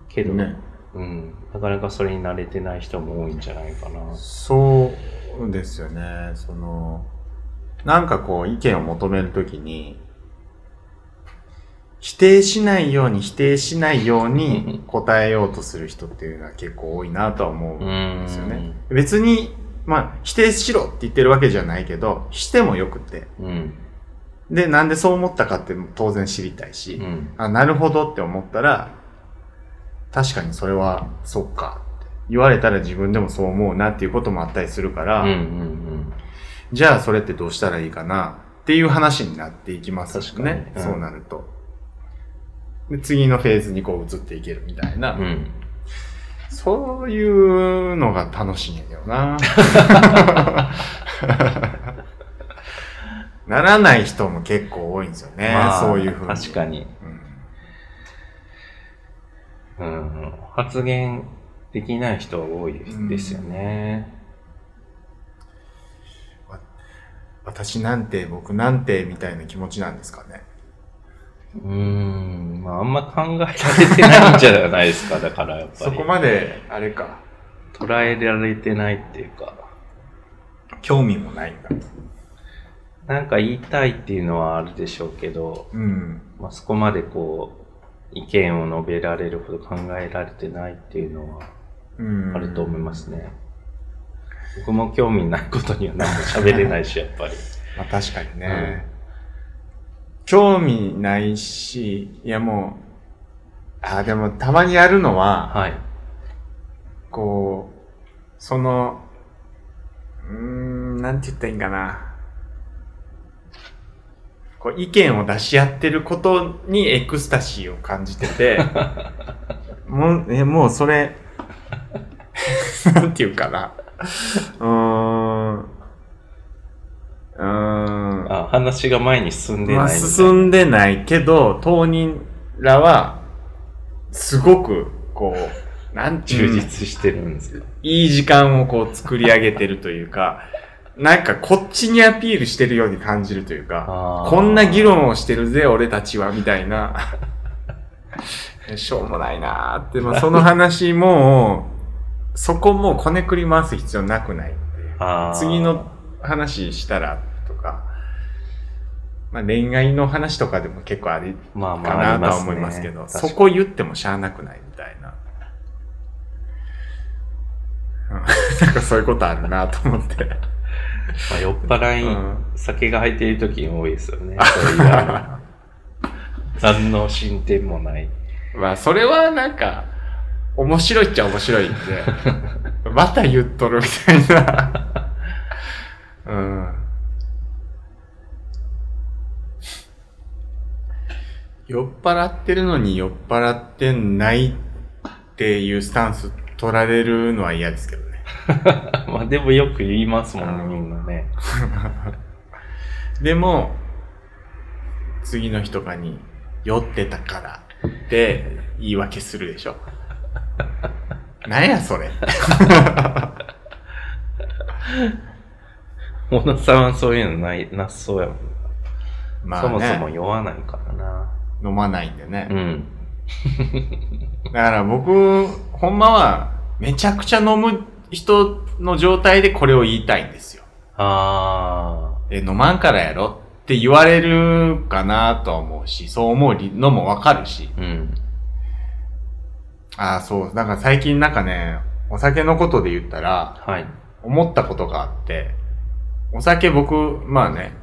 Speaker 2: けど、
Speaker 1: ね。
Speaker 2: うん、なかなかそれに慣れてない人も多いんじゃないかな。
Speaker 1: そうですよね。その、なんかこう意見を求めるときに、否定しないように否定しないように答えようとする人っていうのは結構多いなとは思う
Speaker 2: うんん。
Speaker 1: ですよね。別に、まあ、否定しろって言ってるわけじゃないけど、してもよくて。
Speaker 2: うん。
Speaker 1: で、なんでそう思ったかって当然知りたいうし、
Speaker 2: ん。
Speaker 1: あ、なるほどって思ったら、確かにそれは、そっかって。言われたら自分でもそう思うなっていうこともあったりするから、
Speaker 2: うん。うん。
Speaker 1: じゃあそれってどうしたらいいかなっていう話になっていきますしね
Speaker 2: 確。かにうん
Speaker 1: そうなると。で次のフェーズにこう移っていけるみたいな。
Speaker 2: うん。うん
Speaker 1: そういうのが楽しいんやけど
Speaker 2: (laughs)
Speaker 1: な。 (laughs) ならない人も結構多いんですよね。
Speaker 2: まあ
Speaker 1: そういうふうに。
Speaker 2: 確かに。
Speaker 1: うん
Speaker 2: うん。発言できない人は多いですよね。
Speaker 1: 私なんて、僕なんて、みたいな気持ちなんですかね。
Speaker 2: うん。まあ、あんま考えられてないんじゃないですか。だから、やっぱり。
Speaker 1: そこまで、あれか、
Speaker 2: 捉えられてないっていうか、
Speaker 1: 興味もないんだ。
Speaker 2: なんか言いたいっていうのはあるでしょうけど、
Speaker 1: うん。
Speaker 2: まあ、そこまでこう、意見を述べられるほど考えられてないっていうのは
Speaker 1: うん。
Speaker 2: あると思いますね。僕も興味ないことには何も喋れないし、やっぱり。
Speaker 1: まあ確かにね。興味ないし、いやもう、ああ、でもたまにやるのは、
Speaker 2: はい。
Speaker 1: こう、その、うーん、なんて言ったらいいんかな。こう、意見を出し合ってることにエクスタシーを感じて
Speaker 2: (laughs)
Speaker 1: て、もう、え、もうそれ、なんて言うかな。うーん。うーん。
Speaker 2: あ話が前に進んで
Speaker 1: ま
Speaker 2: ない
Speaker 1: あ、
Speaker 2: みたいな。
Speaker 1: 進んでないけど、当人らは、すごく、こう、なんてい
Speaker 2: 充
Speaker 1: う
Speaker 2: 実してるんですか。
Speaker 1: いい時間をこう作り上げてるという
Speaker 2: (laughs)
Speaker 1: か、なんかこっちにアピールしてるように感じるというか、
Speaker 2: あー
Speaker 1: こんな議論をしてるぜ、俺たちは、みたい
Speaker 2: (laughs)
Speaker 1: な。しょうもないなーって、まあ、その話も、そこもこねくり回す必要なくないっていう。
Speaker 2: あー
Speaker 1: 次の話したらとか、まあ、恋愛の話とかでも結構あり
Speaker 2: まあま
Speaker 1: か
Speaker 2: ああ
Speaker 1: な
Speaker 2: り
Speaker 1: と
Speaker 2: ま
Speaker 1: は
Speaker 2: すね、
Speaker 1: 思いますけど、
Speaker 2: 確か
Speaker 1: そ
Speaker 2: に
Speaker 1: こ言ってもしゃあなくないみたいな。うんなん (laughs) かそういうことあるなと思って。 (laughs)
Speaker 2: まあ酔っ払い、
Speaker 1: うん
Speaker 2: 酒が入っている時多いですよね。そういうあの (laughs) 何の進展もない。 (laughs)
Speaker 1: まあ、それはなんか、面白いっちゃ面白い
Speaker 2: (laughs)
Speaker 1: んで、また言っとるみたいな。
Speaker 2: (laughs)
Speaker 1: うん。酔っ払ってるのに酔っ払ってないっていうスタンス取られるのは嫌ですけどね。
Speaker 2: まあでもよく言いますもんね、
Speaker 1: うん
Speaker 2: みんなね。
Speaker 1: でも、次の日とかに酔ってたからって言い訳するでし
Speaker 2: (laughs)
Speaker 1: ょ。なんやそれ。
Speaker 2: 小野さんはそういうのない、なさそうやもん。
Speaker 1: まあ、ね、
Speaker 2: そもそも酔わないからな。
Speaker 1: 飲まないんでね
Speaker 2: う。ん。
Speaker 1: だから僕、ほんまは、めちゃくちゃ飲む人の状態でこれを言いたいんですよ。
Speaker 2: あ
Speaker 1: え、飲まんからやろって言われるかなとは思うし、そう思うのもわかるし。
Speaker 2: ー。うん。
Speaker 1: ああ、そう。なんか最近なんかね、お酒のことで言ったら、
Speaker 2: はい。
Speaker 1: 思ったことがあって、お酒僕、まあね、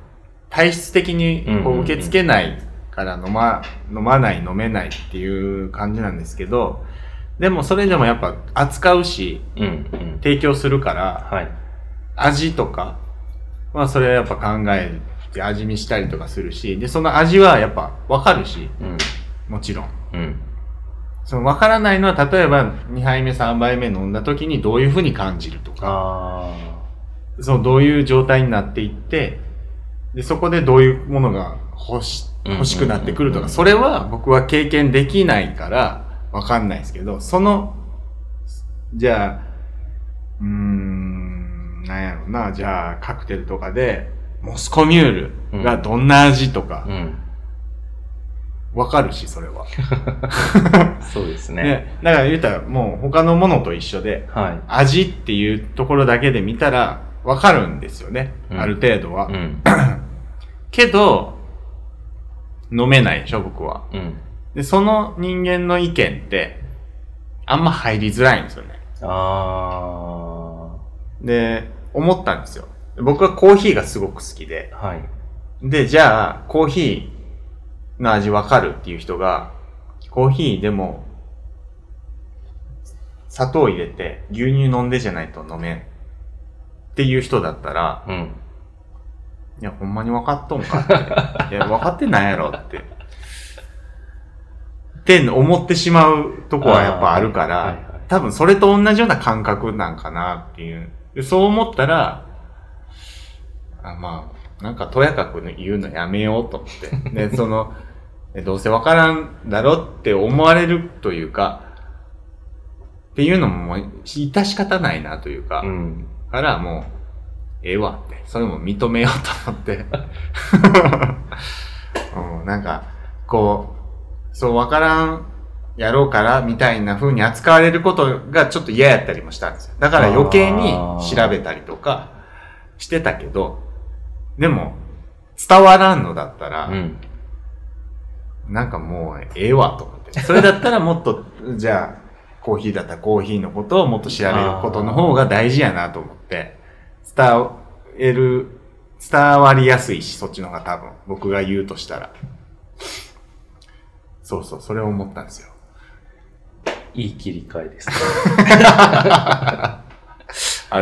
Speaker 1: 体質的にこ
Speaker 2: うんうんう
Speaker 1: うん受け付けないから飲ま、飲まない、飲めないっていう感じなんですけど、でもそれでもやっぱ扱うし、
Speaker 2: うん、うん。
Speaker 1: 提供するから、
Speaker 2: はい。
Speaker 1: 味とか、まあそれはやっぱ考えて味見したりとかするし、で、その味はやっぱわかるし、
Speaker 2: うん。
Speaker 1: もちろん。
Speaker 2: うん。
Speaker 1: そのわからないのは、例えば2杯目、3杯目飲んだ時にどういう風に感じるとか、
Speaker 2: あ
Speaker 1: そのどういう状態になっていって、で、そこでどういうものが欲し、
Speaker 2: うん
Speaker 1: 欲しくなってくると
Speaker 2: うん
Speaker 1: か、それは僕は経験できないからわかんないですけど、その、じゃあ、うーん、なんやろな、じゃあカクテルとかで、モスコミュールがどんな味と
Speaker 2: あ。
Speaker 1: か
Speaker 2: う、ん。
Speaker 1: わかるし、それは。
Speaker 2: そうですね。
Speaker 1: ね、だから言うたらもう他のものと一緒で、
Speaker 2: は
Speaker 1: 味っていうところだけで見たらわかるんですよね。
Speaker 2: うん
Speaker 1: ある程度は。
Speaker 2: い。うん。
Speaker 1: けど、飲めないでしょ、僕は。
Speaker 2: うん。
Speaker 1: で、その人間の意見って、あんま入りづらいんですよね。
Speaker 2: あ
Speaker 1: で、思ったんですよ。僕はコーヒーがすごく好きで。
Speaker 2: あ。はい。
Speaker 1: で、じゃあ、コーヒーの味わかるっていう人が、コーヒーでも、砂糖入れて牛乳飲んでじゃないと飲めん。っていう人だったら、
Speaker 2: うん。
Speaker 1: いや、ほんまに分かっとんか
Speaker 2: (laughs)
Speaker 1: って。いや、分かってないやろって。って思ってしまうとこはやっぱあるから、
Speaker 2: あーはいはい
Speaker 1: 多分それと同じような感覚なんかなっていう。でそう思ったら、あまあ、なんかとやかく言うのやめようと思って。で、
Speaker 2: (laughs)
Speaker 1: その、えどうせ分からんだろって思われるというか、っていうのももう、致し方ないなというか、
Speaker 2: うん。
Speaker 1: からもう、ええわって、それも認めようと思って。 (laughs) うん、なんか、こう、そうわからんやろうからみたいな風に扱われることがちょっと嫌やったりもしたんですよ。だから余計に調べたりとかしてたけど、でも、伝わらんのだったら、
Speaker 2: うん。
Speaker 1: なんかもうええわと思って。それだったらもっと、じゃあ、コーヒーだったらコーヒーのことをもっと調べることの方が大事やなと思って、伝える、伝わりやすいし、そっちの方が多分、僕が言うとしたら。そうそう、それを思ったんですよ。
Speaker 2: いい切り替
Speaker 1: (laughs)
Speaker 2: えですね。
Speaker 1: ありがとうご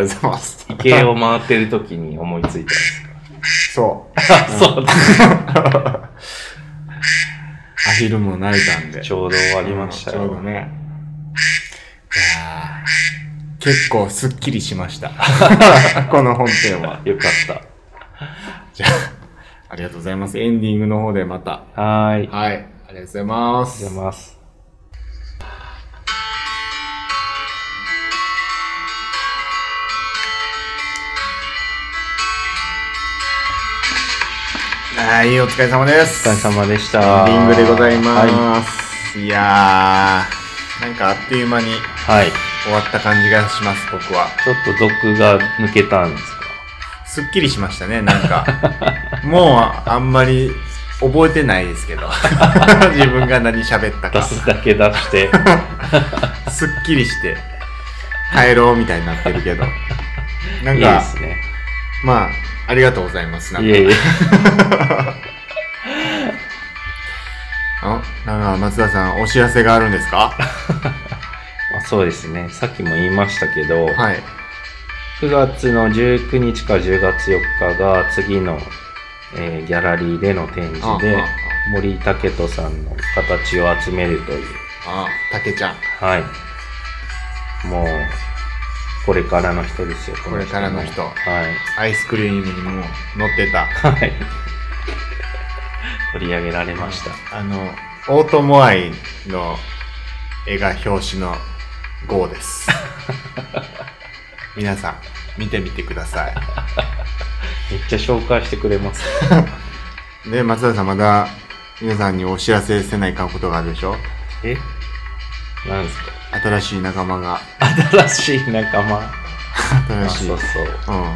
Speaker 1: ざいます。
Speaker 2: 時計を回ってる時に思いついたんですか。
Speaker 1: (laughs) そう。
Speaker 2: あ、そうだ。
Speaker 1: アヒルも泣いたんで。
Speaker 2: ちょうど終わりました
Speaker 1: ちょうど
Speaker 2: よ。
Speaker 1: ね。いやー結構すっきりしま (laughs) した。この本編は。
Speaker 2: よかっ
Speaker 1: (laughs) ありがとうございます。エンディングの方でまた。
Speaker 2: た。はーい。ありがとう
Speaker 1: はい。ありがとうございま
Speaker 2: ござい
Speaker 1: す。
Speaker 2: ます。
Speaker 1: はい、お疲れ様です。
Speaker 2: お疲れ様でし
Speaker 1: エ
Speaker 2: た。
Speaker 1: ンディングでござい
Speaker 2: は
Speaker 1: ます。い、やー、なんかあっという間に
Speaker 2: い。はい。
Speaker 1: 終わった感じがします、僕は。
Speaker 2: ちょっと毒が抜けたんですか。
Speaker 1: すっきりしましたね、なん (laughs) か。もうあんまり覚えてないですけど。 (laughs) 自分が何喋った
Speaker 2: 出
Speaker 1: か。
Speaker 2: すだけ出して。
Speaker 1: すっきりして、帰ろうみたいになってるけど。ないん
Speaker 2: いで
Speaker 1: か、
Speaker 2: すね。
Speaker 1: まあ、ありがとうございます。なんか
Speaker 2: いえいえ。
Speaker 1: あ、なんか松田さん、お知らせがあるんですか
Speaker 2: (laughs) まあそうですね。さっきも言いましたけど、
Speaker 1: はい。
Speaker 2: 9月の19日から10月4日が次の、えーギャラリーでの展示で
Speaker 1: ああ、
Speaker 2: 森武人さんの形を集めるという、
Speaker 1: あ、たけちゃん。
Speaker 2: はい。もう、これからの人ですよ、
Speaker 1: これからの人
Speaker 2: こはい。
Speaker 1: アイスクリームにも乗ってた。
Speaker 2: はい。取り上げられました。
Speaker 1: あの、オートモアイの絵が表紙の号
Speaker 2: (laughs)
Speaker 1: です。皆さん、見てみてくださ
Speaker 2: めっちゃ紹介してくれます。
Speaker 1: い。で、松田さん、まだ皆さんにお知らせせないかんことがあるでしょ
Speaker 2: えなんですか
Speaker 1: 新しい仲間が。
Speaker 2: 新しい仲間。
Speaker 1: 新
Speaker 2: あ
Speaker 1: しい。。
Speaker 2: そううんそう。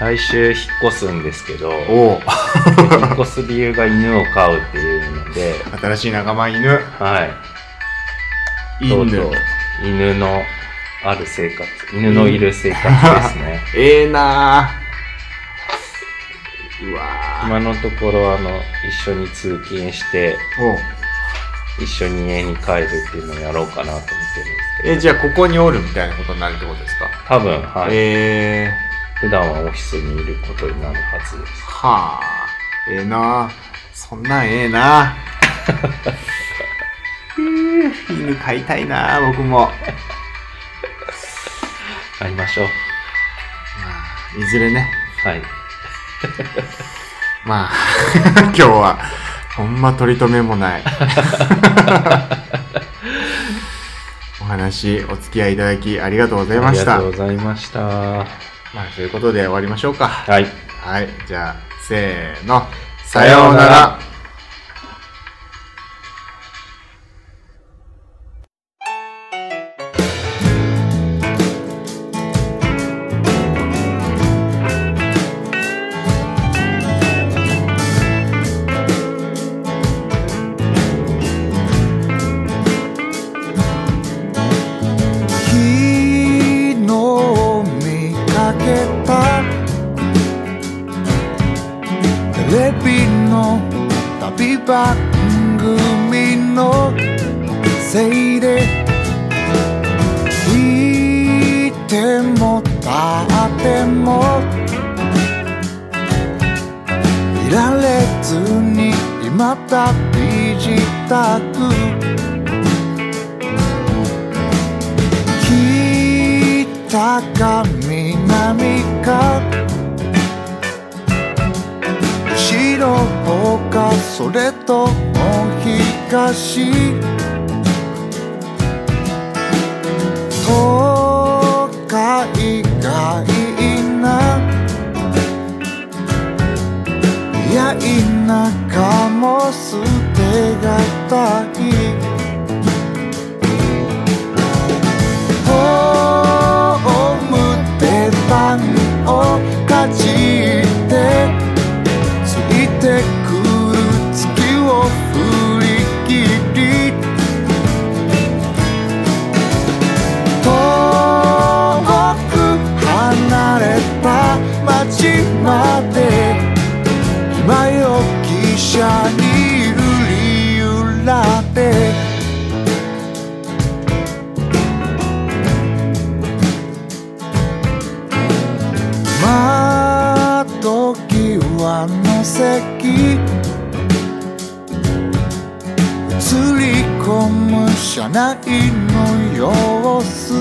Speaker 2: 来週引っ越すんですけど、
Speaker 1: おう
Speaker 2: 引っ越す理由が犬を飼うっていうので、
Speaker 1: 新しい仲間犬。
Speaker 2: はい。
Speaker 1: 犬。
Speaker 2: とうとう犬のある生活、犬のいる生活ですね。
Speaker 1: ええなぁ。うわ
Speaker 2: 今のところ、あの、一緒に通勤して、
Speaker 1: ぁ。おう
Speaker 2: 一緒に家に帰るっていうのをやろうかなと思ってるんですけど、
Speaker 1: え、じゃあここにおるみたいなことになるってことですか
Speaker 2: 多分、はい。
Speaker 1: え
Speaker 2: 普段はオフィスにいることになるはずです。
Speaker 3: はあ、ええなそんなんええなうー (laughs) 犬飼いたいな僕も。ま
Speaker 2: 会いましょう。
Speaker 3: あ、いずれね。
Speaker 2: はい。
Speaker 3: まあ、 (laughs) 今日は、ほんま取り留めもない。
Speaker 2: (laughs)
Speaker 3: お話、お付き合いいただきありがとうござい
Speaker 2: あ
Speaker 3: ま
Speaker 2: り
Speaker 3: し
Speaker 2: が
Speaker 3: た。
Speaker 2: とう
Speaker 3: ま
Speaker 2: ございました。は
Speaker 3: あ、ということで終わりましょうか。
Speaker 2: い。
Speaker 3: はい、じゃあ、せーの。
Speaker 2: さ
Speaker 3: さ
Speaker 2: よ
Speaker 3: よ
Speaker 2: う
Speaker 3: う
Speaker 2: な
Speaker 3: な
Speaker 2: ら
Speaker 3: ら。
Speaker 4: 昨日見かけたテレビの旅番組のせいでいてもたってもいられずに今旅自宅北か南か後ろかそれとも東都会がいいないや田舎も捨てがたいホームでパンをかじってついてくる月を振り切り遠く離れた街まで今よ汽車に揺り揺らって窓際の席映り込む車内の様子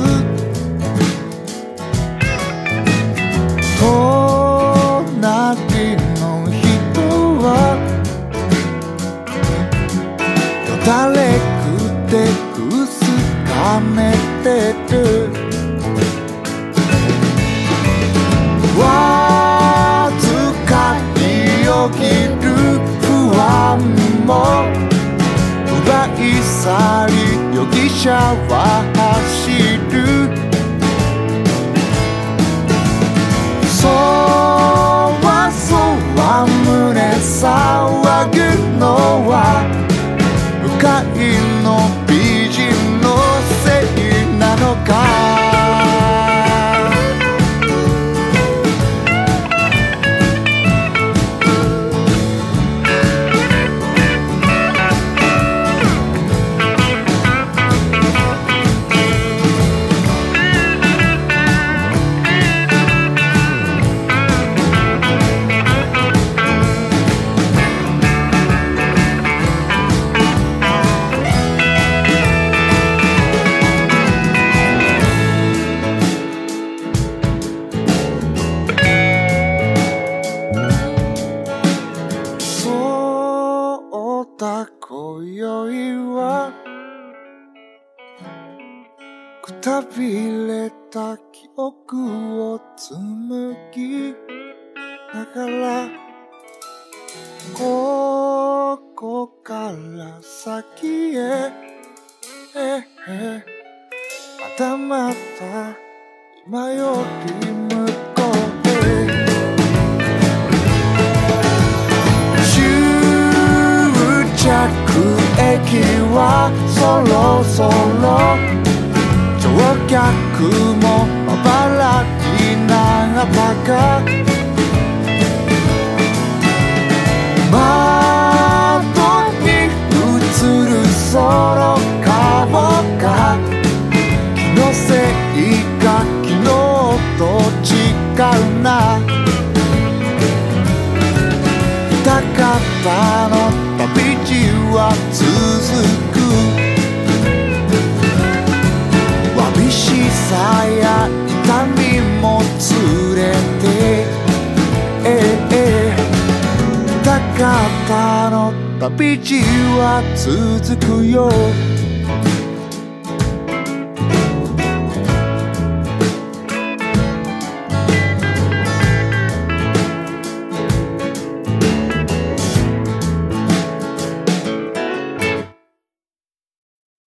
Speaker 4: 隣の人はよだれくてくすかめてるわずかによぎる不安も奪い去り容疑者は走るそわそわ胸騒ぐのは向かいの美人のせいなのかそうだ今宵はくたびれた記憶を紡ぎながらここから先へええまたまた今より向こうへ終着駅はそろそろ乗客もまばらになったか窓に映るその顔が気のせいか昨日と違うなな高田の旅路は続くわびしさや痛みも連れて、ええ高田の旅路は続くよ